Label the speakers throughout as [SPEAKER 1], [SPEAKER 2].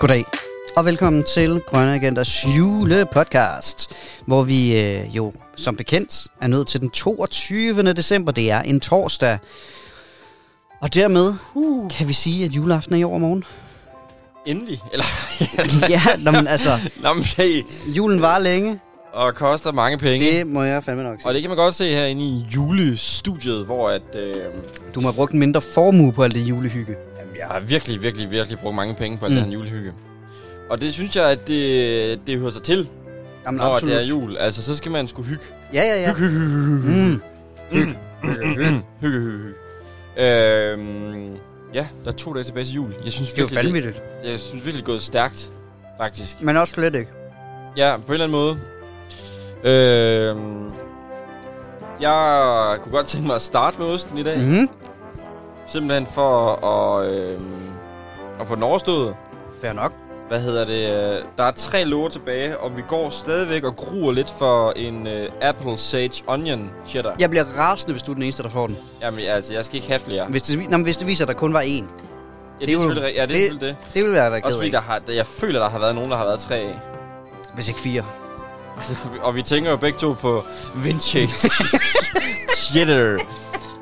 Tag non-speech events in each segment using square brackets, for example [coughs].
[SPEAKER 1] Goddag, og velkommen til Grønne Agenters julepodcast, hvor vi øh, jo som bekendt er nået til den 22. december. Det er en torsdag, og dermed uh. kan vi sige, at juleaften er i
[SPEAKER 2] [laughs]
[SPEAKER 1] overmorgen.
[SPEAKER 2] Endelig. Eller, [laughs]
[SPEAKER 1] [laughs] ja, nå, men altså,
[SPEAKER 2] nå, men, hey,
[SPEAKER 1] julen var længe.
[SPEAKER 2] og koster mange penge. Det.
[SPEAKER 1] Det må jeg fandme nok sige.
[SPEAKER 2] Og det kan man godt se herinde i julestudiet, hvor at, øh,
[SPEAKER 1] Du må have brugt en mindre formue på alt det julehygge.
[SPEAKER 2] jamen, jeg har virkelig, virkelig, virkelig brugt mange penge på mm.
[SPEAKER 1] Mm.
[SPEAKER 2] den her julehygge. Og det synes jeg, at det, det hører sig til,
[SPEAKER 1] Jamen,
[SPEAKER 2] når det er jul. Altså, så skal man sgu hygge.
[SPEAKER 1] Ja, ja, ja.
[SPEAKER 2] Hygge, hygge, hygge, hygge.
[SPEAKER 1] Mm.
[SPEAKER 2] Hygge, hygge, hygge. Øhm, ja, der er to dage tilbage til jul. Jeg synes
[SPEAKER 1] Det er jo
[SPEAKER 2] virkelig, det,
[SPEAKER 1] vanvittigt.
[SPEAKER 2] jeg synes virkelig det er gået stærkt, faktisk.
[SPEAKER 1] Men også slet ikke.
[SPEAKER 2] Ja, på en eller anden måde. Øh, jeg kunne godt tænke mig at starte med osten i dag. Mm.
[SPEAKER 1] Mm-hmm.
[SPEAKER 2] Simpelthen for at, øh, at få den overstået.
[SPEAKER 1] Fair nok.
[SPEAKER 2] Hvad hedder det? øh, Der er tre låger tilbage, og vi går stadigvæk og gruer lidt for en øh, Apple Sage Onion Cheddar.
[SPEAKER 1] Jeg bliver rasende, hvis du er den eneste, der får den.
[SPEAKER 2] Jamen, altså, jeg skal ikke have flere. Ja, det,
[SPEAKER 1] Hvis det, nå, men hvis det viser, at der kun var én.
[SPEAKER 2] er
[SPEAKER 1] det er jo-
[SPEAKER 2] selvfølgelig rigtigt. Ja, det, er
[SPEAKER 1] det-
[SPEAKER 2] selvfølgelig det.
[SPEAKER 1] Det ville jeg være ked
[SPEAKER 2] Også fordi
[SPEAKER 1] af.
[SPEAKER 2] der har, der, jeg føler, der har været nogen, der har været tre [laughs] af.
[SPEAKER 1] Hvis ikke fire.
[SPEAKER 2] Og vi tænker jo begge to på
[SPEAKER 1] [laughs]
[SPEAKER 2] Vincenzo Cheddar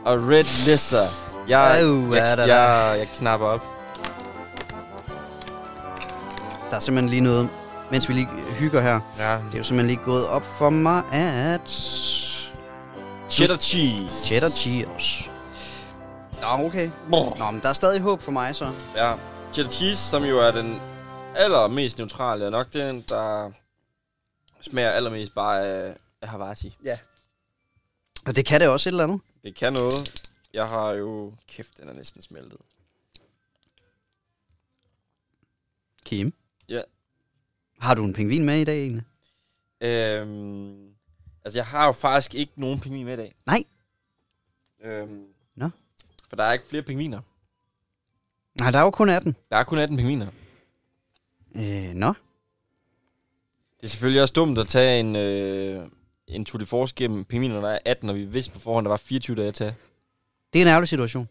[SPEAKER 2] og Red Lister. Jeg,
[SPEAKER 1] Øv, er
[SPEAKER 2] jeg,
[SPEAKER 1] der
[SPEAKER 2] jeg, jeg, jeg knapper op.
[SPEAKER 1] Der er simpelthen lige noget, mens vi lige hygger her.
[SPEAKER 2] Ja.
[SPEAKER 1] Det er jo simpelthen lige gået op for mig, at...
[SPEAKER 2] Cheddar cheese.
[SPEAKER 1] Cheddar cheers. Nå, okay.
[SPEAKER 2] Brr.
[SPEAKER 1] Nå, men der er stadig håb for mig, så.
[SPEAKER 2] Ja. Cheddar cheese, som jo er den allermest neutrale, og nok den, der smager allermest bare af, af Havarti.
[SPEAKER 1] Og det kan det også et eller andet.
[SPEAKER 2] Det kan noget. Jeg har jo... Kæft, den er næsten smeltet.
[SPEAKER 1] Kim?
[SPEAKER 2] Ja.
[SPEAKER 1] Har du en pingvin med i dag, egentlig?
[SPEAKER 2] Øhm, altså, jeg har jo faktisk ikke nogen pingvin med i dag.
[SPEAKER 1] Nej.
[SPEAKER 2] Øhm,
[SPEAKER 1] Nå.
[SPEAKER 2] For der er ikke flere pingviner.
[SPEAKER 1] Nej, der er jo kun 18.
[SPEAKER 2] Der er kun 18 pingviner.
[SPEAKER 1] Øh, nå.
[SPEAKER 2] Det er selvfølgelig også dumt at tage en, øh, en Tour de Force gennem pingviner, når der er 18, og vi vidste på forhånd, der var 24 dage at tage.
[SPEAKER 1] Det er en ærgerlig situation.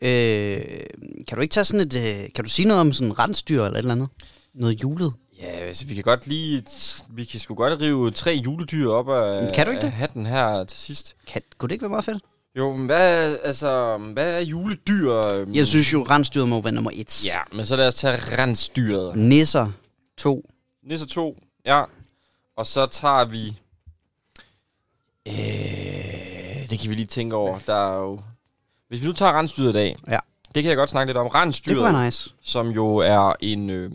[SPEAKER 1] Øh, kan du ikke tage sådan et... Øh, kan du sige noget om sådan en rensdyr eller et eller andet? Noget julet?
[SPEAKER 2] Ja, altså, vi kan godt lige... Vi kan sgu godt rive tre juledyr op af,
[SPEAKER 1] Men kan du ikke
[SPEAKER 2] af
[SPEAKER 1] det?
[SPEAKER 2] hatten her til sidst.
[SPEAKER 1] Kan, kunne det ikke være meget fedt?
[SPEAKER 2] Jo, men hvad, altså, hvad er juledyr? øhm?
[SPEAKER 1] Jeg synes jo, rensdyret må være nummer et.
[SPEAKER 2] Ja, men så lad os tage rensdyret.
[SPEAKER 1] Nisser 2.
[SPEAKER 2] Nisse 2, ja. Og så tager vi... Øh, det kan vi lige tænke over. Der er jo... Hvis vi nu tager rensdyret i dag...
[SPEAKER 1] Ja.
[SPEAKER 2] Det kan jeg godt snakke lidt om.
[SPEAKER 1] Det
[SPEAKER 2] Rensdyret,
[SPEAKER 1] kunne være nice.
[SPEAKER 2] som jo er en... Øh,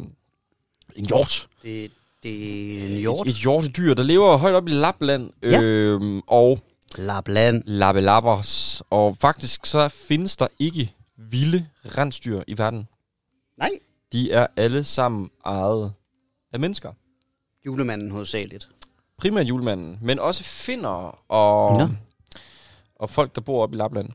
[SPEAKER 2] en hjort.
[SPEAKER 1] Det, det er en hjort.
[SPEAKER 2] Et, et hjortedyr, der lever højt op i Lapland.
[SPEAKER 1] Ja.
[SPEAKER 2] Øh, og
[SPEAKER 1] Lapland.
[SPEAKER 2] lappelappers. Og faktisk så findes der ikke vilde rensdyr i verden.
[SPEAKER 1] Nej.
[SPEAKER 2] De er alle sammen ejet af mennesker.
[SPEAKER 1] Julemanden hovedsageligt.
[SPEAKER 2] primært julemanden, men også finner og,
[SPEAKER 1] Nå.
[SPEAKER 2] og folk, der bor oppe i Lapland.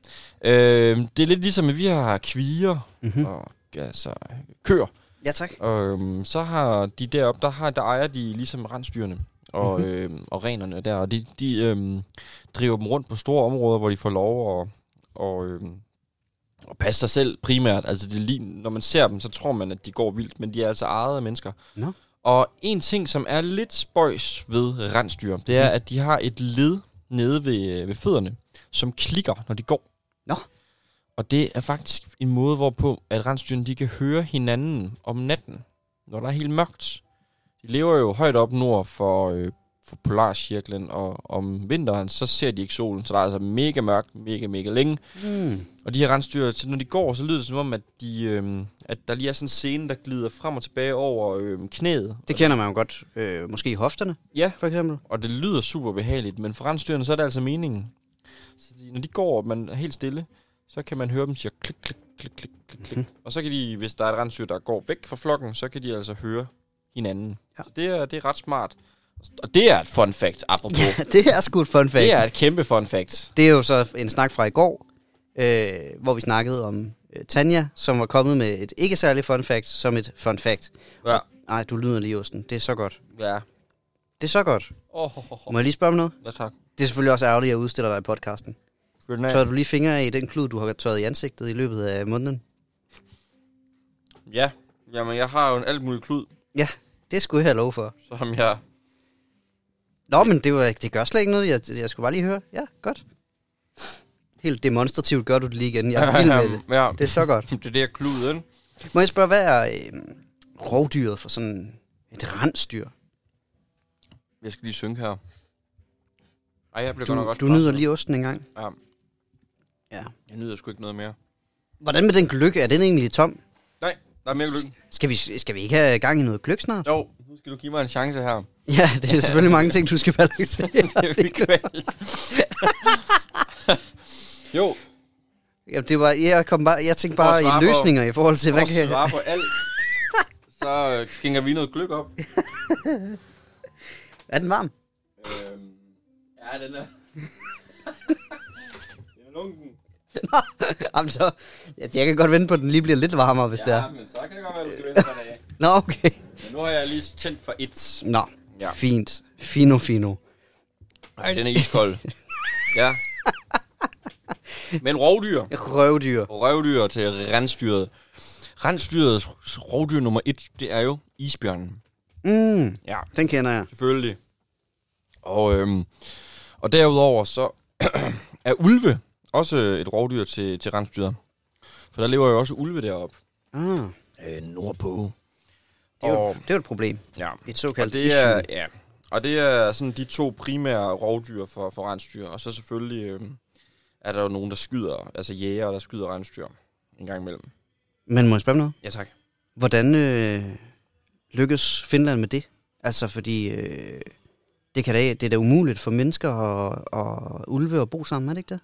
[SPEAKER 2] Øh, det er lidt ligesom, at vi har kviger
[SPEAKER 1] Mm-hmm.
[SPEAKER 2] og altså, køer.
[SPEAKER 1] Ja, tak.
[SPEAKER 2] Øh, så har de deroppe, der, har, der ejer de ligesom rensdyrene og,
[SPEAKER 1] Mhm.
[SPEAKER 2] mm-hmm. øh, og renerne der. Og de, de øh, driver dem rundt på store områder, hvor de får lov at, og, øh, at passe sig selv primært. Altså, det er lige, når man ser dem, så tror man, at de går vildt, men de er altså ejet af mennesker.
[SPEAKER 1] Nå.
[SPEAKER 2] Og en ting, som er lidt spøjs ved rensdyr, det er,
[SPEAKER 1] Mhm.
[SPEAKER 2] at de har et led nede ved, ved fødderne, som klikker, når de går.
[SPEAKER 1] Nå.
[SPEAKER 2] Og det er faktisk en måde, hvorpå at rensdyrene de kan høre hinanden om natten, når der er helt mørkt. De lever jo højt op nord for, øh, for polarcirklen, og om vinteren, så ser de ikke solen, så der er altså mega mørkt, mega, mega længe.
[SPEAKER 1] Mm.
[SPEAKER 2] Og de her rensdyr, så når de går, så lyder det som om, at, de, øhm, at der lige er sådan en scene, der glider frem og tilbage over øhm, knæet.
[SPEAKER 1] Det kender man jo godt. Øh, måske i hofterne,
[SPEAKER 2] Ja,
[SPEAKER 1] for eksempel.
[SPEAKER 2] og det lyder super behageligt, men for rensdyrene, så er det altså meningen. Så de, når de går, og man er helt stille, så kan man høre dem sige klik, klik, klik, klik, klik, klik.
[SPEAKER 1] Mhm.
[SPEAKER 2] Og så kan de, hvis der er et rensdyr, der går væk fra flokken, så kan de altså høre hinanden.
[SPEAKER 1] Ja.
[SPEAKER 2] Ja. Så det er, det er ret smart. Og det er et fun fact, apropos.
[SPEAKER 1] Ja, [laughs] det er sgu et fun fact.
[SPEAKER 2] [laughs] det er et kæmpe fun fact.
[SPEAKER 1] det er jo så en snak fra i går, øh, hvor vi snakkede om øh, Tanja, som var kommet med et ikke særlig fun fact, som et fun fact.
[SPEAKER 2] Ja.
[SPEAKER 1] Nej, du lyder lige, Osten. Det er så godt.
[SPEAKER 2] Ja.
[SPEAKER 1] Det er så godt.
[SPEAKER 2] Åh, oh, oh, oh.
[SPEAKER 1] Må jeg lige spørge om noget?
[SPEAKER 2] Ja, tak.
[SPEAKER 1] Det er selvfølgelig også ærgerligt, at jeg udstiller dig i podcasten.
[SPEAKER 2] Fyr den af.
[SPEAKER 1] Tør du lige fingre af i den klud, du har tørret i ansigtet i løbet af måneden?
[SPEAKER 2] Ja, Jamen, jeg har jo en alt mulig klud,
[SPEAKER 1] Det skulle jeg have lov for.
[SPEAKER 2] som jeg...
[SPEAKER 1] Nå, men det, var, det gør slet ikke noget. Jeg, jeg skulle bare lige høre. Ja, godt. Helt demonstrativt gør du det lige igen. Jeg er vild [laughs] med det.
[SPEAKER 2] ja,
[SPEAKER 1] Det er så godt.
[SPEAKER 2] [laughs] det er det, jeg kluden.
[SPEAKER 1] Må jeg spørge, hvad er øh, rovdyret for sådan et rensdyr?
[SPEAKER 2] Jeg skal lige synge her. Ej, jeg blev godt nok
[SPEAKER 1] Du,
[SPEAKER 2] også
[SPEAKER 1] du
[SPEAKER 2] presset.
[SPEAKER 1] nyder lige osten en gang.
[SPEAKER 2] Ja.
[SPEAKER 1] Ja.
[SPEAKER 2] Jeg nyder sgu ikke noget mere.
[SPEAKER 1] Hvordan med den gløk? Er den egentlig tom?
[SPEAKER 2] Nej, der er mere gløgg.
[SPEAKER 1] Skal vi, skal vi ikke have gang i noget gløk snart?
[SPEAKER 2] [laughs] Jo, nu skal du give mig en chance [laughs] her.
[SPEAKER 1] [laughs] Ja, det er selvfølgelig mange ting, du skal [laughs] balancere.
[SPEAKER 2] Det er vildt kvalt. [laughs] jo,
[SPEAKER 1] Jamen, det var, jeg, kom bare, jeg tænkte
[SPEAKER 2] For at
[SPEAKER 1] bare
[SPEAKER 2] svare
[SPEAKER 1] i
[SPEAKER 2] på-
[SPEAKER 1] løsninger i forhold til,
[SPEAKER 2] for
[SPEAKER 1] hvad
[SPEAKER 2] at
[SPEAKER 1] kan
[SPEAKER 2] svare på alt, så øh, skænker vi noget gløk
[SPEAKER 1] [laughs]
[SPEAKER 2] op.
[SPEAKER 1] Er den varm?
[SPEAKER 2] Øhm, ja, den er...
[SPEAKER 1] [laughs]
[SPEAKER 2] den er lunken.
[SPEAKER 1] Jamen, så, Altså, jeg, jeg kan godt vente på, at den lige bliver lidt varmere, hvis ja. det
[SPEAKER 2] Ja,
[SPEAKER 1] er.
[SPEAKER 2] men så kan det godt være, du skal vente på det.
[SPEAKER 1] Nå, okay.
[SPEAKER 2] Men nu har jeg lige tændt for et.
[SPEAKER 1] Nå, ja.
[SPEAKER 2] Ja.
[SPEAKER 1] fint. Fino, fino.
[SPEAKER 2] Nej, den er iskold. [laughs] ja. Men rovdyr.
[SPEAKER 1] Røvdyr.
[SPEAKER 2] Røvdyr til rensdyret. Rensdyrets rovdyr nummer et, det er jo isbjørnen.
[SPEAKER 1] Mm,
[SPEAKER 2] Ja.
[SPEAKER 1] den kender jeg.
[SPEAKER 2] Selvfølgelig. Og, øhm, og derudover så [clears throat] er ulve også øh, et rovdyr til, til rensdyret. For der lever jo også ulve deroppe.
[SPEAKER 1] Ah,
[SPEAKER 2] Øh, nordpå.
[SPEAKER 1] det, er jo,
[SPEAKER 2] Og,
[SPEAKER 1] det er jo et problem.
[SPEAKER 2] ja.
[SPEAKER 1] Et
[SPEAKER 2] Og
[SPEAKER 1] såkaldt
[SPEAKER 2] det er, ja. og det er sådan de to primære rovdyr for, for rensdyr. Og så selvfølgelig øhm, er der jo nogen, der skyder, altså jæger, der skyder rensdyr en gang imellem.
[SPEAKER 1] Men må jeg spørge om noget?
[SPEAKER 2] Ja, tak.
[SPEAKER 1] Hvordan øh, lykkes Finland med det? Altså, fordi øh, det, kan da, det er da umuligt for mennesker og, og ulve at bo sammen, er det ikke det?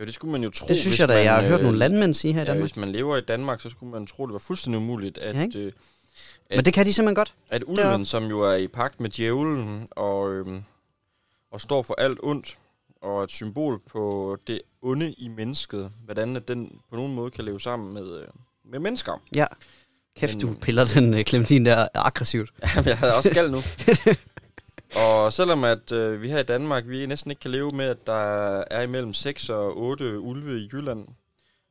[SPEAKER 2] Jo, det skulle man jo tro.
[SPEAKER 1] Det synes
[SPEAKER 2] hvis
[SPEAKER 1] jeg da,
[SPEAKER 2] man,
[SPEAKER 1] jeg har hørt
[SPEAKER 2] øh,
[SPEAKER 1] nogle landmænd sige her i
[SPEAKER 2] Ja,
[SPEAKER 1] Danmark.
[SPEAKER 2] hvis man lever i Danmark, så skulle man tro, det var fuldstændig umuligt, at,
[SPEAKER 1] Ja,
[SPEAKER 2] ja,
[SPEAKER 1] ikke?
[SPEAKER 2] øh,
[SPEAKER 1] Men det kan de simpelthen godt.
[SPEAKER 2] at
[SPEAKER 1] Deroppe.
[SPEAKER 2] ulven, som jo er i pagt med djævlen og, øhm, og står for alt ondt, og et symbol på det onde i mennesket, hvordan at den på nogen måde kan leve sammen med, øh, med mennesker.
[SPEAKER 1] Kæft, du
[SPEAKER 2] Men-
[SPEAKER 1] piller den øh, Clementine der aggressivt.
[SPEAKER 2] Jamen, jeg havde også skal
[SPEAKER 1] [laughs]
[SPEAKER 2] nu. og selvom at øh, vi her i Danmark, vi næsten ikke kan leve med, at der er imellem 6 og 8 ulve i Jylland,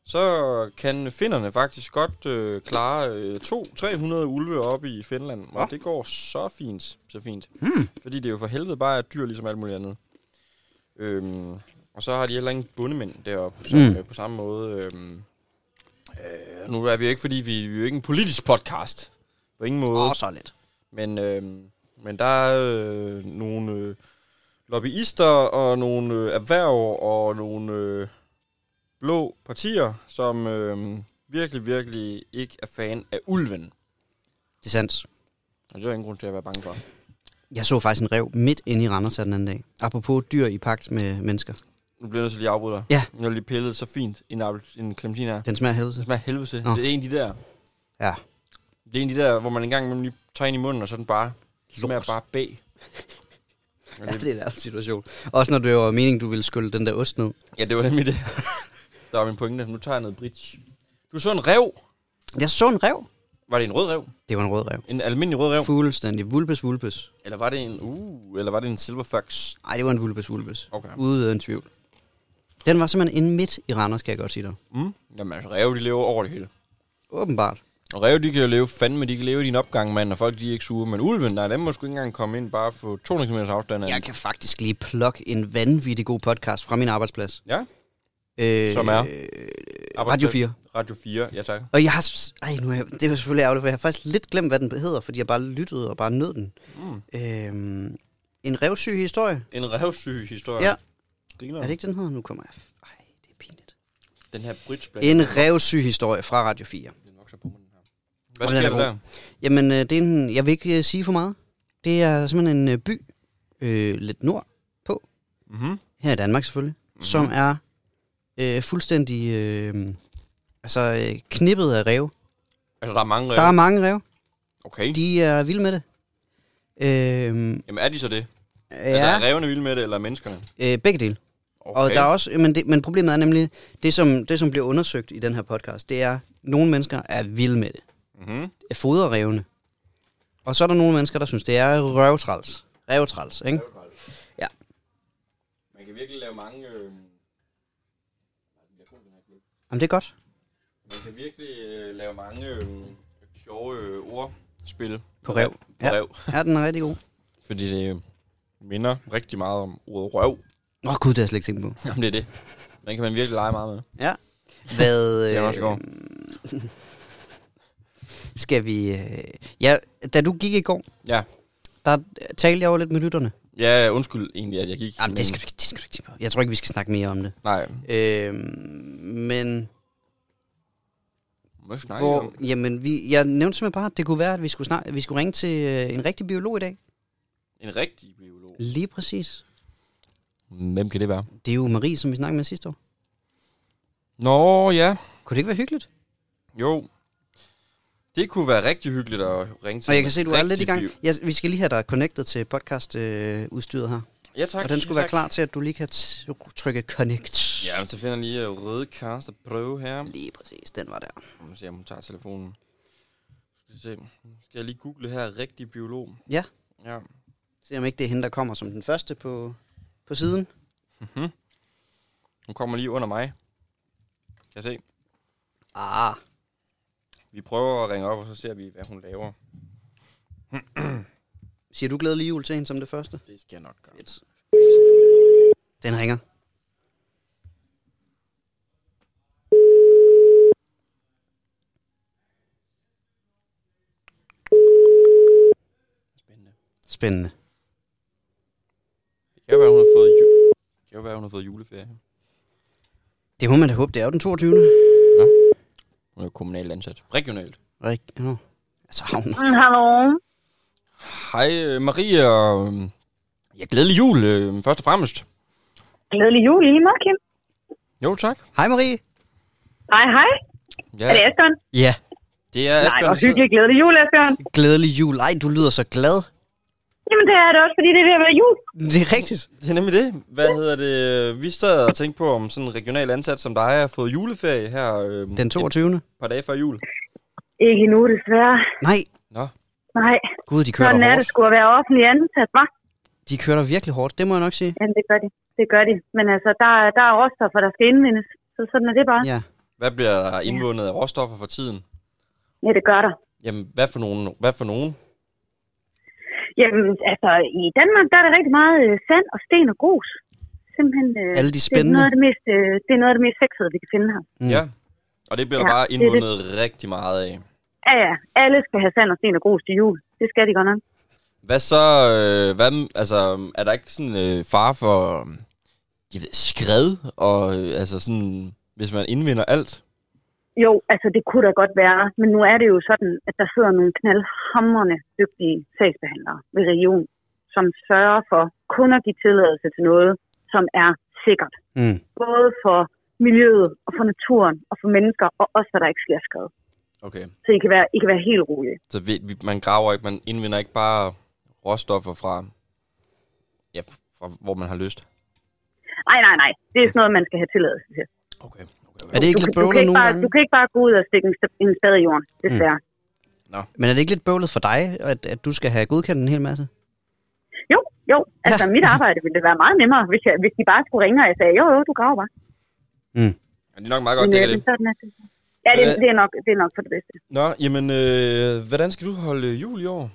[SPEAKER 2] så kan finnerne faktisk godt øh, klare øh, 200-300 ulve op i Finland. Og
[SPEAKER 1] Nå.
[SPEAKER 2] det går så fint, så fint.
[SPEAKER 1] Mm.
[SPEAKER 2] Fordi det er jo for helvede bare et dyr, ligesom alt muligt andet. Øhm, og så har de heller ingen bundemænd deroppe, som
[SPEAKER 1] Mm.
[SPEAKER 2] mm. øh, på samme måde... Øhm, øh, nu er vi jo ikke, fordi vi, vi er jo ikke en politisk podcast. På ingen måde.
[SPEAKER 1] Åh, så lidt.
[SPEAKER 2] Men, øh, men der er øh, nogle øh, lobbyister og nogle øh, erhverv og nogle øh, blå partier, som øh, virkelig, virkelig ikke er fan af ulven.
[SPEAKER 1] Det er sandt.
[SPEAKER 2] Og det er der ingen grund til at være bange for.
[SPEAKER 1] Jeg så faktisk en rev midt inde i Randers her den anden dag. Apropos dyr i pagt med mennesker.
[SPEAKER 2] Nu bliver jeg nødt til lige at afbryde dig.
[SPEAKER 1] Ja.
[SPEAKER 2] Nu har jeg lige pillet så fint en, apple- en clementine her.
[SPEAKER 1] Den smager af
[SPEAKER 2] Det
[SPEAKER 1] helvede.
[SPEAKER 2] smager af helvede til.
[SPEAKER 1] Nå.
[SPEAKER 2] Det er en af de der.
[SPEAKER 1] Ja.
[SPEAKER 2] Det er en af de der, hvor man engang imellem lige tager ind i munden, og så er den bare
[SPEAKER 1] Lort.
[SPEAKER 2] smager bare bag.
[SPEAKER 1] Ja, [laughs] det er en ærgerlig situation. Også når det var meningen, du ville skylle den der ost ned.
[SPEAKER 2] Ja, det var nemlig det. [laughs] der var min pointe. Nu tager jeg noget bridge. Du så en rev.
[SPEAKER 1] Jeg så en rev.
[SPEAKER 2] Var det en rød rev?
[SPEAKER 1] Det var en rød rev.
[SPEAKER 2] En almindelig rød rev?
[SPEAKER 1] Fuldstændig. Vulpes, vulpes.
[SPEAKER 2] Eller var det en... Uh, eller var det en silver fox?
[SPEAKER 1] Nej, det var en vulpes, vulpes.
[SPEAKER 2] Okay.
[SPEAKER 1] Ude af en tvivl. Den var simpelthen inde midt i Randers, kan jeg godt sige dig.
[SPEAKER 2] Mm. Jamen altså, ræve, de lever over det hele.
[SPEAKER 1] Åbenbart.
[SPEAKER 2] Og ræve, de kan jo leve fandme, de kan leve i din opgang, mand, og folk de er ikke sure. Men ulven, nej, dem må sgu ikke engang komme ind bare for 200 km afstand af
[SPEAKER 1] Jeg
[SPEAKER 2] en.
[SPEAKER 1] kan faktisk lige plukke en vanvittig god podcast fra min arbejdsplads.
[SPEAKER 2] Ja,
[SPEAKER 1] Øh,
[SPEAKER 2] Som er?
[SPEAKER 1] Øh, Radio
[SPEAKER 2] Arbejdsplads.
[SPEAKER 1] 4.
[SPEAKER 2] Radio 4, ja tak.
[SPEAKER 1] Og jeg har... s- Ej, nu er jeg, det er selvfølgelig ærgerligt, for jeg har faktisk lidt glemt, hvad den hedder, fordi jeg bare lyttede og bare nød den.
[SPEAKER 2] Mm.
[SPEAKER 1] Øhm, en revsyg historie.
[SPEAKER 2] En revsyg historie.
[SPEAKER 1] Ja.
[SPEAKER 2] Griner.
[SPEAKER 1] Er det ikke den hedder? Nu kommer jeg... f- Ej, det er pinligt.
[SPEAKER 2] Den her bridgeblad.
[SPEAKER 1] En revsyg historie fra Radio 4.
[SPEAKER 2] Den vokser på munden her. Hvad
[SPEAKER 1] Og den er
[SPEAKER 2] sker der
[SPEAKER 1] god.
[SPEAKER 2] der?
[SPEAKER 1] Jamen, øh, det er en, jeg vil ikke øh, sige for meget. Det er simpelthen en øh, by, øh, lidt nord,
[SPEAKER 2] Mm-hmm.
[SPEAKER 1] her i Danmark selvfølgelig,
[SPEAKER 2] Mhm.
[SPEAKER 1] mm-hmm. som er øh, fuldstændig øh, altså, øh, knippet af ræve.
[SPEAKER 2] Altså, der er mange ræve.
[SPEAKER 1] Der er mange ræve.
[SPEAKER 2] Okay.
[SPEAKER 1] De er vilde med det. Øh,
[SPEAKER 2] Jamen, er de så det? Altså, er
[SPEAKER 1] ja,
[SPEAKER 2] rævene vilde med det, eller er menneskerne?
[SPEAKER 1] øh, begge dele.
[SPEAKER 2] Okay.
[SPEAKER 1] Okay. Og der er også, men, det, men problemet er nemlig, det som, det som bliver undersøgt i den her podcast, det er, at nogle mennesker er vilde med det.
[SPEAKER 2] mm-hmm.
[SPEAKER 1] foderrevne. Og så er der nogle mennesker, der synes, det er røvtræls. Revtræls, ikke? Ja.
[SPEAKER 2] Man kan virkelig lave mange... øhm, Øh... Nej, den bliver god, den her gløgg.
[SPEAKER 1] Jamen, det er godt.
[SPEAKER 2] Man kan virkelig øh, lave mange øh, sjove øh, ordspil.
[SPEAKER 1] På rev.
[SPEAKER 2] På rev.
[SPEAKER 1] Ja, den er rigtig god.
[SPEAKER 2] Fordi det øh, minder rigtig meget om ordet røv. [laughs]
[SPEAKER 1] Åh oh, gud, det har jeg slet ikke tænkt på.
[SPEAKER 2] Jamen, det er det. Den kan man virkelig lege meget med.
[SPEAKER 1] Ja. Hvad,
[SPEAKER 2] [laughs] Det er også godt.
[SPEAKER 1] [laughs] skal vi... Øh, ja, da du gik i går,
[SPEAKER 2] Ja,
[SPEAKER 1] der talte jeg jo lidt med lytterne.
[SPEAKER 2] ja undskyld egentlig, at jeg gik.
[SPEAKER 1] Jamen,
[SPEAKER 2] men-
[SPEAKER 1] det skal, du, ikke- det skal du ikke tænke på. Jeg tror ikke, vi skal snakke mere om det.
[SPEAKER 2] Nej,
[SPEAKER 1] Øh, men
[SPEAKER 2] må snakke
[SPEAKER 1] hvor,
[SPEAKER 2] om.
[SPEAKER 1] jamen, vi, jeg nævnte simpelthen bare, at det kunne være, at vi skulle, snakke, vi skulle ringe til øh, en rigtig biolog i dag.
[SPEAKER 2] En rigtig biolog.
[SPEAKER 1] Lige præcis.
[SPEAKER 2] Hvem kan det være?
[SPEAKER 1] Det er jo Marie, som vi snakkede med sidste år.
[SPEAKER 2] Nå, ja.
[SPEAKER 1] Kunne det ikke være hyggeligt?
[SPEAKER 2] Jo. Det kunne være rigtig hyggeligt at ringe til.
[SPEAKER 1] Og jeg
[SPEAKER 2] en
[SPEAKER 1] kan se, du er
[SPEAKER 2] rigtig
[SPEAKER 1] lidt i gang.
[SPEAKER 2] bio-
[SPEAKER 1] Jeg, vi skal lige have dig connected til podcastudstyret øh, udstyret her.
[SPEAKER 2] Ja, tak.
[SPEAKER 1] Og den skulle
[SPEAKER 2] ja,
[SPEAKER 1] være klar til, at du lige kan t- trykke connect.
[SPEAKER 2] Ja, men så finder jeg lige øh, røde kast og prøve her.
[SPEAKER 1] Lige præcis, den var der.
[SPEAKER 2] Nu må se, om hun tager telefonen. Skal, vi se. Skal jeg lige google her, rigtig biolog?
[SPEAKER 1] Ja.
[SPEAKER 2] Ja.
[SPEAKER 1] Se om ikke det er hende, der kommer som den første på, på siden.
[SPEAKER 2] Mm-hmm. Hun kommer lige under mig. Kan jeg se?
[SPEAKER 1] Ah,
[SPEAKER 2] Vi prøver at ringe op, og så ser vi, hvad hun laver.
[SPEAKER 1] siger du glædelig jul til hende som det første?
[SPEAKER 2] Det skal jeg nok gøre.
[SPEAKER 1] Fedt. Den ringer.
[SPEAKER 2] Spændende.
[SPEAKER 1] Spændende.
[SPEAKER 2] Det kan jo være, hun har fået, ju- det kan jo være, hun har fået juleferie.
[SPEAKER 1] Det må man da håbe, det er jo den 22.
[SPEAKER 2] Hun er jo kommunalt ansat. Regionalt.
[SPEAKER 1] Rigtig. Nå. Altså havn.
[SPEAKER 3] Mm, Hallo.
[SPEAKER 2] Hej øh, Marie, og øhm, ja, glædelig jul øh, først og fremmest.
[SPEAKER 3] Glædelig jul i lige måde, Kim.
[SPEAKER 2] Jo tak.
[SPEAKER 1] Hej Marie.
[SPEAKER 3] Hej, hej.
[SPEAKER 2] Ja,
[SPEAKER 3] Er det Asbjørn?
[SPEAKER 1] Ja.
[SPEAKER 2] det er
[SPEAKER 3] Nej, hvor
[SPEAKER 2] Asbjørn.
[SPEAKER 3] hyggeligt. Glædelig jul, Asbjørn.
[SPEAKER 1] Glædelig jul. Ej, du lyder så glad.
[SPEAKER 3] Jamen, det er det også, fordi det er ved at være jul.
[SPEAKER 1] Det er rigtigt.
[SPEAKER 2] Det er nemlig det. Hvad hedder det? Vi sad og tænkte på, om sådan en regional ansat som dig har fået juleferie her øh,
[SPEAKER 1] Den 22.
[SPEAKER 2] et par dage før jul.
[SPEAKER 3] Ikke endnu, desværre.
[SPEAKER 1] Nej.
[SPEAKER 2] Nå,
[SPEAKER 3] Nej,
[SPEAKER 1] Gud, de kører
[SPEAKER 3] sådan
[SPEAKER 1] dig
[SPEAKER 3] er det
[SPEAKER 1] hårdt.
[SPEAKER 3] skulle at være offentlig ansat, hva'?
[SPEAKER 1] De kører dig virkelig hårdt, det må jeg nok sige.
[SPEAKER 3] Jamen, det gør de. Det gør de. Men altså, der, er- der er råstoffer, der skal indvindes. Så sådan er det bare. Ja,
[SPEAKER 1] Ja.
[SPEAKER 2] hvad bliver der indvundet af råstoffer for tiden?
[SPEAKER 3] ja det gør der.
[SPEAKER 2] Jamen, hvad for nogen? Hvad for nogen?
[SPEAKER 3] Jamen, altså, i Danmark, der er der rigtig meget øh, sand og sten og grus. Simpelthen, øh,
[SPEAKER 1] Alle de
[SPEAKER 3] det, er
[SPEAKER 1] spændende.
[SPEAKER 3] noget af det, mest, øh, det er noget af det mest sexede, vi kan finde her.
[SPEAKER 1] Mm.
[SPEAKER 2] Mm. Ja. Og det bliver der
[SPEAKER 3] Ja,
[SPEAKER 2] bare
[SPEAKER 3] det er det.
[SPEAKER 2] indvundet rigtig meget af.
[SPEAKER 3] Ja, ja. Alle skal have sand og sten og grus til jul. Det skal de godt nok.
[SPEAKER 2] Hvad så, øh, hvad, m- altså, er der ikke sådan øh, fare for, øh, jeg ved, skred, og øh, altså sådan, hvis man indvinder alt?
[SPEAKER 3] Jo, altså det kunne da godt være, men nu er det jo sådan, at der sidder nogle knaldhamrende dygtige sagsbehandlere ved region, som sørger for kun at give tilladelse til noget, som er sikkert.
[SPEAKER 1] Mm.
[SPEAKER 3] Både for miljøet og for naturen og for mennesker, og også hvad der ikke sker skade.
[SPEAKER 2] Okay.
[SPEAKER 3] Så I kan være, I kan være helt rolige.
[SPEAKER 2] Så vi, vi, man graver ikke, man indvinder ikke bare råstoffer fra, ja, fra hvor man har lyst.
[SPEAKER 3] Nej, nej, nej. Det er sådan noget, man skal have tilladelse til.
[SPEAKER 2] Okay. okay,
[SPEAKER 1] Er
[SPEAKER 2] okay.
[SPEAKER 1] det ikke
[SPEAKER 3] Du,
[SPEAKER 1] lidt
[SPEAKER 3] kan- du, kan,
[SPEAKER 1] bøvlet
[SPEAKER 3] ikke
[SPEAKER 1] nogle
[SPEAKER 3] bare,
[SPEAKER 1] gange?
[SPEAKER 3] du kan ikke bare gå ud og stikke en, st- en spade i jorden, desværre. Mm.
[SPEAKER 1] Men er det ikke lidt bøvlet for dig, at, at du skal have godkendt en hel masse?
[SPEAKER 3] Jo, jo. Altså
[SPEAKER 1] Ja.
[SPEAKER 3] mit arbejde ville det være meget nemmere, hvis, jeg, hvis de bare skulle ringe, og jeg sagde, jo, jo, du graver bare.
[SPEAKER 2] Ja, det er nok meget
[SPEAKER 3] Men,
[SPEAKER 2] godt, det
[SPEAKER 3] øh,
[SPEAKER 2] kan det.
[SPEAKER 3] men sådan er det. Ja, det,
[SPEAKER 2] Øh.
[SPEAKER 3] det, er nok, det er nok for det bedste.
[SPEAKER 2] Nå, jamen, øh, hvordan skal du holde jul i år?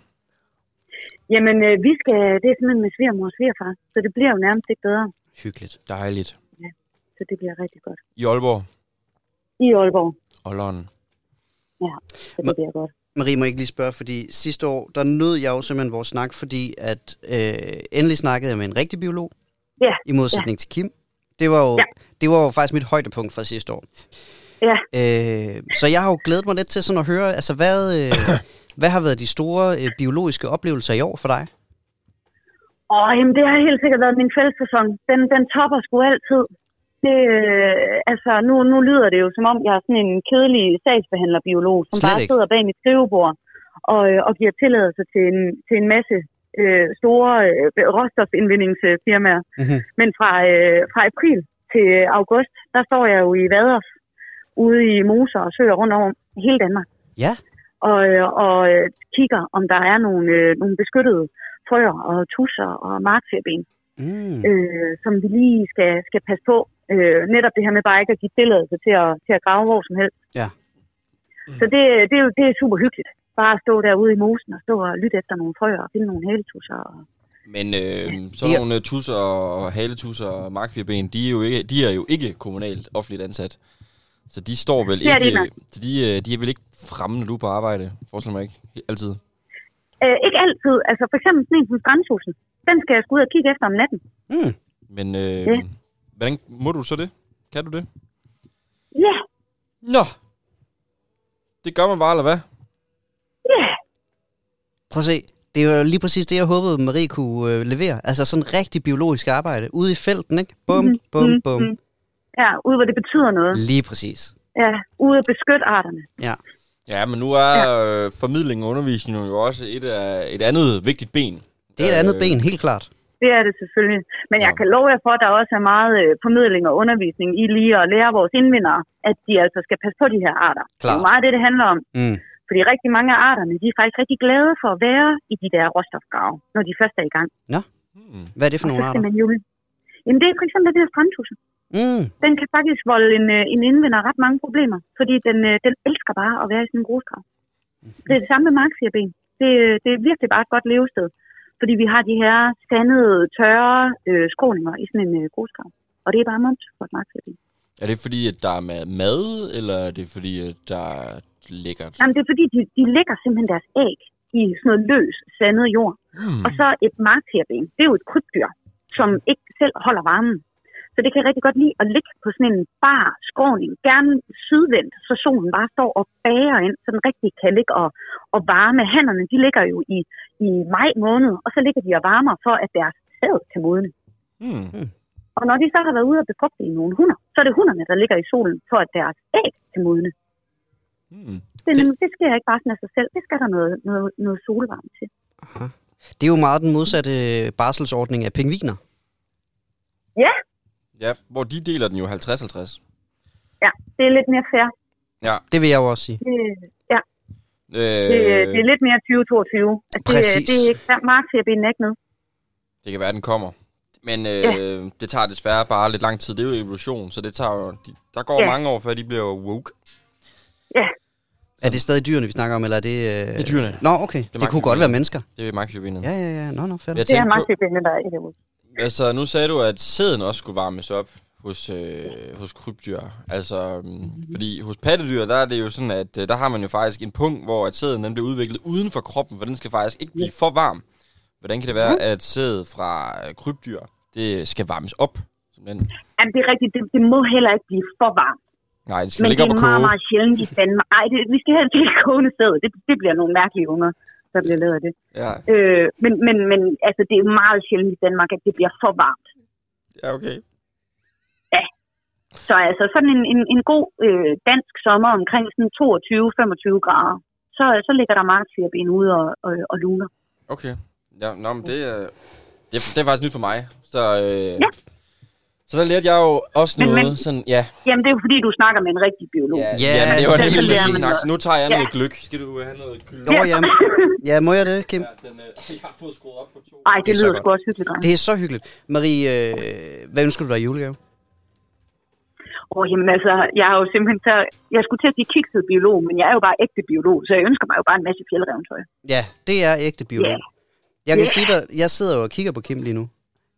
[SPEAKER 3] Jamen, øh, vi skal, det er simpelthen med svigermor og svigerfar, så det bliver jo nærmest ikke bedre.
[SPEAKER 1] Hyggeligt.
[SPEAKER 2] Dejligt.
[SPEAKER 3] Så det bliver rigtig godt.
[SPEAKER 2] I Aalborg
[SPEAKER 3] I Aalborg,
[SPEAKER 2] og London.
[SPEAKER 3] så
[SPEAKER 1] Men-
[SPEAKER 3] det bliver godt.
[SPEAKER 1] Marie, må jeg ikke lige spørge, fordi sidste år, der nød jeg jo simpelthen vores snak, fordi at øh, endelig snakkede jeg med en rigtig biolog,
[SPEAKER 3] Ja,
[SPEAKER 1] i modsætning ja. til Kim. Det var, jo, ja.
[SPEAKER 3] Ja.
[SPEAKER 1] det var jo faktisk mit højdepunkt fra sidste år.
[SPEAKER 3] Ja,
[SPEAKER 1] Øh, så jeg har jo glædet mig lidt til sådan at høre, altså hvad, [coughs] øh, hvad har været de store øh, biologiske oplevelser i år for dig?
[SPEAKER 3] og jamen, det har helt sikkert været min fællessæson. Den, den topper sgu altid. Det, øh, altså, nu, nu lyder det jo som om, jeg er sådan en kedelig sagsbehandlerbiolog, som
[SPEAKER 1] Slet
[SPEAKER 3] bare
[SPEAKER 1] ikke.
[SPEAKER 3] sidder bag mit skrivebord og, øh, og giver tilladelse til en, til en masse øh, store øh, råstofindvindingsfirmaer.
[SPEAKER 1] Mm-hmm.
[SPEAKER 3] Men fra, øh, fra april til august, der står jeg jo i vader ude i moser og søer rundt over hele Danmark.
[SPEAKER 1] Ja.
[SPEAKER 3] Og, øh, og øh, kigger, om der er nogle, øh, nogle beskyttede frøer og tusser og markfirben,
[SPEAKER 1] Mm.
[SPEAKER 3] øh, som vi lige skal, skal passe på. Øh, netop det her med bare ikke at give tilladelse til at, til at grave hvor som helst.
[SPEAKER 1] Ja.
[SPEAKER 3] Så det, det, er, jo, det er super hyggeligt. bare at stå derude i mosen og stå og lytte efter nogle frøer og finde nogle haletusser. Og...
[SPEAKER 2] Men øh, sådan
[SPEAKER 1] Ja.
[SPEAKER 2] nogle øh, tusser og haletusser og markfirben, de er, jo ikke, de er jo ikke kommunalt offentligt ansat. Så de står vel
[SPEAKER 3] Det er de
[SPEAKER 2] ikke...
[SPEAKER 3] nok.
[SPEAKER 2] så de, øh, de er vel ikke fremme, når du er på arbejde. Forstår mig ikke. Helt- Altid.
[SPEAKER 3] Øh, ikke altid. Altså for eksempel sådan en som strandtusen. Den skal jeg sgu ud og kigge efter om natten.
[SPEAKER 1] Mm.
[SPEAKER 2] Men øh,
[SPEAKER 3] Ja.
[SPEAKER 2] hvordan må du så det? Kan du det?
[SPEAKER 3] Ja,
[SPEAKER 2] Nå! Det gør man bare, eller hvad?
[SPEAKER 3] ja.
[SPEAKER 1] Prøv at se. Det var lige præcis det, jeg håbede, Marie kunne øh, levere. Altså sådan rigtig biologisk arbejde. Ude i felten, ikke? Bum, bum,
[SPEAKER 3] mm,
[SPEAKER 1] bum.
[SPEAKER 3] mm. Ja, ude hvor det betyder noget.
[SPEAKER 1] Lige præcis.
[SPEAKER 3] Ja, ude at beskytte arterne.
[SPEAKER 1] Ja.
[SPEAKER 2] Ja, men nu er øh, formidling og undervisning jo også et, af, et andet vigtigt ben. Øh,
[SPEAKER 1] Det er et andet ben, helt klart.
[SPEAKER 3] Det er det selvfølgelig. Men jeg
[SPEAKER 2] Nå.
[SPEAKER 3] kan love jer for, at der også er meget øh, formidling og undervisning i lige at lære vores indvindere, at de altså skal passe på de her arter. Det er jo
[SPEAKER 1] Klart.
[SPEAKER 3] meget det, det handler om.
[SPEAKER 1] Mm.
[SPEAKER 3] Fordi rigtig mange af arterne, de er faktisk rigtig glade for at være i de der råstofgrave, når de først er i gang.
[SPEAKER 2] Hmm.
[SPEAKER 1] Hvad er det for
[SPEAKER 3] Og
[SPEAKER 1] nogle
[SPEAKER 3] så skal
[SPEAKER 1] arter?
[SPEAKER 3] [laughs] man jo... Jamen det er for eksempel den her strandtusse.
[SPEAKER 1] Mm.
[SPEAKER 3] Den kan faktisk volde en, øh, en indvinder ret mange problemer, fordi den, øh, den elsker bare at være i sin grusgrav. Det er det samme med marksierben. Det, øh, det er virkelig bare et godt levested, fordi vi har de her sandede, tørre øh, skråninger i sådan en øh, grusgrav. Og det er bare mums for et marksierben.
[SPEAKER 2] Er det fordi, at der er ma- mad, eller er det fordi, at der er lækkert?
[SPEAKER 3] Jamen det er fordi, de, de lægger simpelthen deres æg i sådan noget løs, sandet jord.
[SPEAKER 2] Hmm.
[SPEAKER 3] Og så et markterben, det er jo et krybdyr, som ikke selv holder varmen. Så det kan jeg rigtig godt lide at ligge på sådan en bar skråning, gerne sydvendt, så solen bare står og bager ind, så den rigtig kan ligge og, og varme. Hannerne, de ligger jo i, i maj måned, og så ligger de og varmer for, at deres sæd kan modne.
[SPEAKER 2] Hmm.
[SPEAKER 3] Og når de så har været ude og befrugte i nogle hunder, så er det hunderne, der ligger i solen, for at deres æg kan modne.
[SPEAKER 2] Hmm.
[SPEAKER 3] Det,
[SPEAKER 1] Det-
[SPEAKER 3] det, det sker ikke bare sådan af sig selv, det skal der noget, noget, noget solvarme til.
[SPEAKER 1] Det er jo meget den modsatte øh, barselsordning af pingviner.
[SPEAKER 2] Ja, hvor de deler den jo 50-50.
[SPEAKER 3] Ja, det er lidt mere fair.
[SPEAKER 2] Ja,
[SPEAKER 1] Det vil jeg jo også sige.
[SPEAKER 3] Det,
[SPEAKER 2] øh,
[SPEAKER 3] Det, øh, det er lidt mere 2022. Altså, det,
[SPEAKER 1] Præcis.
[SPEAKER 3] det er ikke Mark til at binde ikke med.
[SPEAKER 2] det kan være, den kommer. Men øh, ja. det tager desværre bare lidt lang tid. Det er jo evolution, så det tager jo, de, der går ja.
[SPEAKER 3] Ja.
[SPEAKER 2] mange år, før de bliver woke.
[SPEAKER 1] Er det stadig dyrene, vi snakker om, eller er det... Øh... Det
[SPEAKER 2] dyrene.
[SPEAKER 1] Nå, okay. Det, det kunne
[SPEAKER 2] magtpingviner.
[SPEAKER 1] godt være mennesker.
[SPEAKER 2] Det er magtfibenet.
[SPEAKER 1] Ja, ja, ja. Nå, nå, fedt.
[SPEAKER 2] Jeg
[SPEAKER 3] Det er
[SPEAKER 2] tænkte
[SPEAKER 3] Mark
[SPEAKER 2] på,
[SPEAKER 3] til at binde, der er ikke ud.
[SPEAKER 2] altså, nu sagde du, at sæden også skulle varmes op hos, øh, hos krybdyr. Altså,
[SPEAKER 3] Mhm.
[SPEAKER 2] mm, fordi hos pattedyr, der er det jo sådan, at øh, der har man jo faktisk en punkt, hvor at sæden den bliver udviklet uden for kroppen, for den skal faktisk ikke blive for varm. Hvordan kan det
[SPEAKER 3] Mhm.
[SPEAKER 2] være, at sæd fra øh, krybdyr, det skal varmes op? Men,
[SPEAKER 3] Jamen, det er rigtigt. Det, det må heller ikke blive for varmt.
[SPEAKER 2] nej, det skal
[SPEAKER 3] Men
[SPEAKER 2] ligge
[SPEAKER 3] det
[SPEAKER 2] op og
[SPEAKER 3] er
[SPEAKER 2] koge.
[SPEAKER 3] meget, meget sjældent i Danmark. Ej, det, vi skal helst ikke kogende sæd. Det, det bliver nogle mærkelige unger, der bliver lavet af det.
[SPEAKER 2] Ja,
[SPEAKER 3] Øh, men, men, men altså, det er jo meget sjældent i Danmark, at det bliver for varmt.
[SPEAKER 2] ja okay.
[SPEAKER 3] Så altså sådan en, en, en god øh, dansk sommer omkring sådan 22-25 grader, så, så ligger der Mark til at binde ude og, og, og luner.
[SPEAKER 2] Okay. Ja, nå, men det, øh, det, det er faktisk nyt for mig. Så, øh, ja. så der lærte jeg jo også
[SPEAKER 3] Men-
[SPEAKER 2] noget.
[SPEAKER 3] men-
[SPEAKER 2] sådan, ja,
[SPEAKER 3] Jamen, det er jo fordi, du snakker med en rigtig biolog.
[SPEAKER 2] ja,
[SPEAKER 1] Ja,
[SPEAKER 2] ja, men det var
[SPEAKER 1] så-
[SPEAKER 2] det
[SPEAKER 1] så
[SPEAKER 2] hele
[SPEAKER 1] lærer
[SPEAKER 2] præcis.
[SPEAKER 1] man
[SPEAKER 2] nok.
[SPEAKER 3] noget.
[SPEAKER 2] Nu tager jeg
[SPEAKER 3] Ja.
[SPEAKER 2] noget gløk. Skal du øh, have noget gløk?
[SPEAKER 1] Nå,
[SPEAKER 3] [laughs]
[SPEAKER 1] ja. ja, må jeg det, Kim?
[SPEAKER 2] Ja, den, øh, jeg har fået skruet op på to.
[SPEAKER 3] Ej, det,
[SPEAKER 1] Det
[SPEAKER 3] det
[SPEAKER 1] er så
[SPEAKER 3] lyder
[SPEAKER 1] godt.
[SPEAKER 3] sgu også hyggeligt, dreng.
[SPEAKER 1] Det er så hyggeligt. Marie, øh, hvad ønsker du dig i julegave?
[SPEAKER 3] Åh, jamen altså, jeg er jo simpelthen så... Jeg skulle til at blive kikset biolog, men jeg er jo bare ægte biolog, så jeg ønsker mig jo bare en masse fjeldreventøj.
[SPEAKER 1] Ja, det er ægte biolog.
[SPEAKER 3] Ja.
[SPEAKER 1] Jeg kan
[SPEAKER 3] Ja.
[SPEAKER 1] sige dig, jeg sidder jo og kigger på Kim lige nu.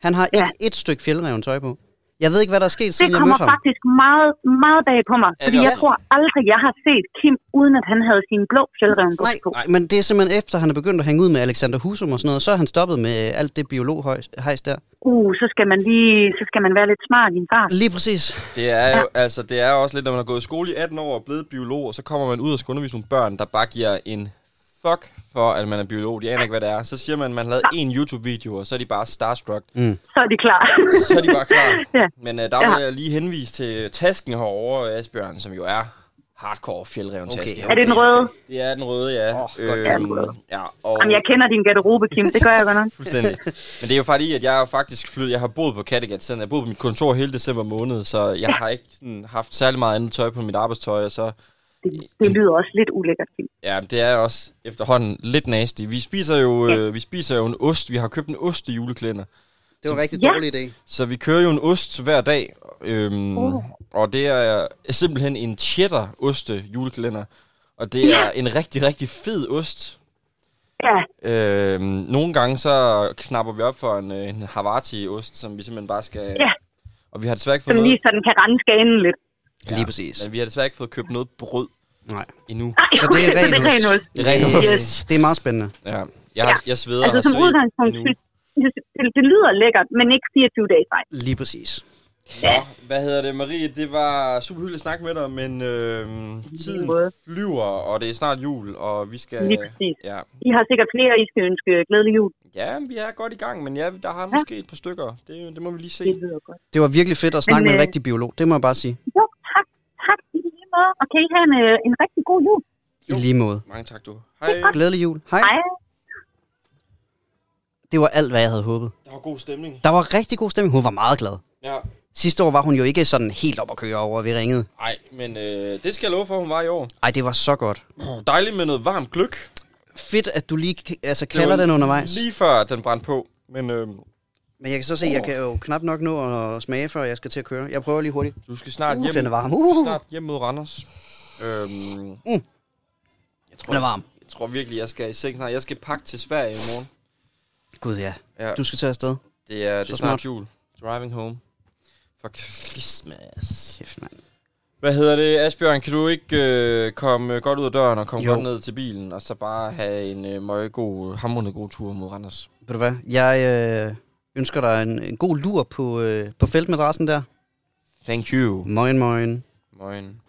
[SPEAKER 1] Han har ikke et stykke fjeldreven tøj på. Jeg ved ikke, hvad der er sket,
[SPEAKER 3] Det
[SPEAKER 1] siden jeg
[SPEAKER 3] kommer
[SPEAKER 1] mødte ham.
[SPEAKER 3] faktisk meget, meget bag på mig,
[SPEAKER 2] det
[SPEAKER 3] fordi jeg
[SPEAKER 2] også?
[SPEAKER 3] tror aldrig, jeg har set Kim, uden at han havde sin blå fjeldreventøj på.
[SPEAKER 1] Nej, men det er simpelthen efter, han er begyndt at hænge ud med Alexander Husum og sådan noget, så er han stoppet med alt det biologhejs der.
[SPEAKER 3] Uh, så skal man lige... Så skal man være lidt smart i en far.
[SPEAKER 1] Lige præcis.
[SPEAKER 2] Det er jo, altså, det er jo også lidt, når man har gået i skole i 18 år og blevet biolog, og så kommer man ud og skal undervise nogle børn, der bare giver en fuck for, at man er biolog. De aner ikke, hvad det er. Så siger man, at man har lavet en YouTube-video, og så er de bare starstruck.
[SPEAKER 3] Så er de klar.
[SPEAKER 2] så er de bare klar.
[SPEAKER 3] Ja.
[SPEAKER 2] Men uh, der vil jeg lige henvise til tasken herovre, Asbjørn, som jo er hardcore fjeldreven taske.
[SPEAKER 1] Okay.
[SPEAKER 3] [laughs] Er det den røde?
[SPEAKER 2] Det er den røde, ja. Øhm,
[SPEAKER 1] Åh, godt. Ja,
[SPEAKER 3] den røde.
[SPEAKER 2] ja, og
[SPEAKER 3] Jamen, jeg kender din garderobe, Kim. Det gør jeg godt nok.
[SPEAKER 2] fuldstændig. Men det er jo faktisk, at jeg er faktisk flyttet, jeg har boet på Kattegat, sådan jeg har boet på mit kontor hele december måned, så jeg har ikke sådan, haft særlig meget andet tøj på mit arbejdstøj, og så
[SPEAKER 3] Det, det lyder også lidt ulækkert, Kim.
[SPEAKER 2] Ja, men det er også efterhånden lidt nasty. Vi spiser jo, øh, vi spiser jo en ost. Vi har købt en ost i juleklænder.
[SPEAKER 1] Det var en rigtig
[SPEAKER 3] Ja.
[SPEAKER 1] dårlig idé.
[SPEAKER 2] Så vi kører jo en ost hver dag, øhm, oh. og det er simpelthen en cheddar-oste julekalender. Og det er en rigtig, rigtig fed ost.
[SPEAKER 3] Ja,
[SPEAKER 2] Øhm, nogle gange så knapper vi op for en, øh, en Havarti-ost, som vi simpelthen bare skal...
[SPEAKER 3] Ja.
[SPEAKER 2] Og vi har desværre ikke
[SPEAKER 3] som
[SPEAKER 2] fået, noget,
[SPEAKER 3] lige sådan kan rense skanen lidt.
[SPEAKER 1] Ja. Lige præcis.
[SPEAKER 2] men vi har desværre ikke fået købt noget brød
[SPEAKER 1] Nej.
[SPEAKER 2] endnu.
[SPEAKER 3] Ej,
[SPEAKER 1] Så det
[SPEAKER 3] [laughs]
[SPEAKER 1] er
[SPEAKER 3] okay,
[SPEAKER 1] ren
[SPEAKER 3] det er ren ost.
[SPEAKER 1] ost.
[SPEAKER 2] Det er ren
[SPEAKER 1] Det-
[SPEAKER 2] ost.
[SPEAKER 1] Det er meget spændende.
[SPEAKER 2] Ja. Jeg, har, jeg sveder
[SPEAKER 3] Altså
[SPEAKER 2] og
[SPEAKER 3] som
[SPEAKER 2] svedt
[SPEAKER 3] udgangspunkt,
[SPEAKER 2] endnu.
[SPEAKER 3] synes- det, det, lyder lækkert, men ikke 24 dage i
[SPEAKER 1] Lige præcis.
[SPEAKER 2] Ja, hvad hedder det, Marie? Det var super hyggeligt at snakke med dig, men øh, tiden
[SPEAKER 3] måde.
[SPEAKER 2] flyver, og det er snart jul, og vi skal...
[SPEAKER 3] Lige præcis.
[SPEAKER 2] Ja,
[SPEAKER 3] I har sikkert flere, I skal ønske glædelig jul.
[SPEAKER 2] ja vi er godt i gang, men ja, der har måske et par stykker. Det, det må vi lige se.
[SPEAKER 3] Det lyder godt.
[SPEAKER 1] Det var virkelig fedt at snakke
[SPEAKER 3] Men,
[SPEAKER 1] med en
[SPEAKER 3] øh,
[SPEAKER 1] rigtig biolog. Det må jeg bare sige.
[SPEAKER 3] Jo, tak. Tak i lige måde. Og kan I have en, øh, en rigtig god jul.
[SPEAKER 1] I lige måde.
[SPEAKER 2] Mange tak, du. Hej.
[SPEAKER 1] Glædelig jul. Hej.
[SPEAKER 3] Hej.
[SPEAKER 1] Det var alt, hvad jeg havde håbet.
[SPEAKER 2] Der var god stemning.
[SPEAKER 1] Der var rigtig god stemning. Hun var meget glad.
[SPEAKER 2] Ja.
[SPEAKER 1] Sidste år var hun jo ikke sådan helt op at køre over, at vi ringede.
[SPEAKER 2] Ej, men øh, det skal jeg love for, hun var i år.
[SPEAKER 1] Ej, det var så godt.
[SPEAKER 2] Åh, [clears throat] Dejligt med noget varmt gløk.
[SPEAKER 1] Fedt, at du lige k- altså,
[SPEAKER 2] Det var
[SPEAKER 1] kalder den undervejs.
[SPEAKER 2] Lige før den brændte på. Men øh,
[SPEAKER 1] Men jeg kan så se, at jeg kan jo knap nok nå at smage, før jeg skal til at køre. Jeg prøver lige hurtigt.
[SPEAKER 2] du skal snart
[SPEAKER 1] Uh,
[SPEAKER 2] hjem,
[SPEAKER 1] den er varm.
[SPEAKER 2] du skal
[SPEAKER 1] Uh,
[SPEAKER 2] snart hjem mod Randers. Øhm,
[SPEAKER 1] Mm.
[SPEAKER 2] jeg, tror,
[SPEAKER 1] den er varm.
[SPEAKER 2] jeg tror virkelig, jeg skal i seng snart. Jeg skal pakke til Sverige i morgen.
[SPEAKER 1] Gud ja.
[SPEAKER 2] Ja.
[SPEAKER 1] Du skal tage afsted.
[SPEAKER 2] Det er, det
[SPEAKER 1] Så
[SPEAKER 2] er snart
[SPEAKER 1] smart.
[SPEAKER 2] jul. Driving home. For Christmas.
[SPEAKER 1] Kæft, mand.
[SPEAKER 2] Hvad hedder det, Asbjørn? Kan du ikke øh, komme godt ud af døren og komme
[SPEAKER 1] Jo.
[SPEAKER 2] godt ned til bilen, og så bare have en øh, meget god, hamrende god tur mod Randers?
[SPEAKER 1] Ved du hvad? Jeg øh, ønsker dig en, en god lur på, øh, på feltmadrassen der.
[SPEAKER 2] Thank you.
[SPEAKER 1] Moin, moin.
[SPEAKER 2] Moin.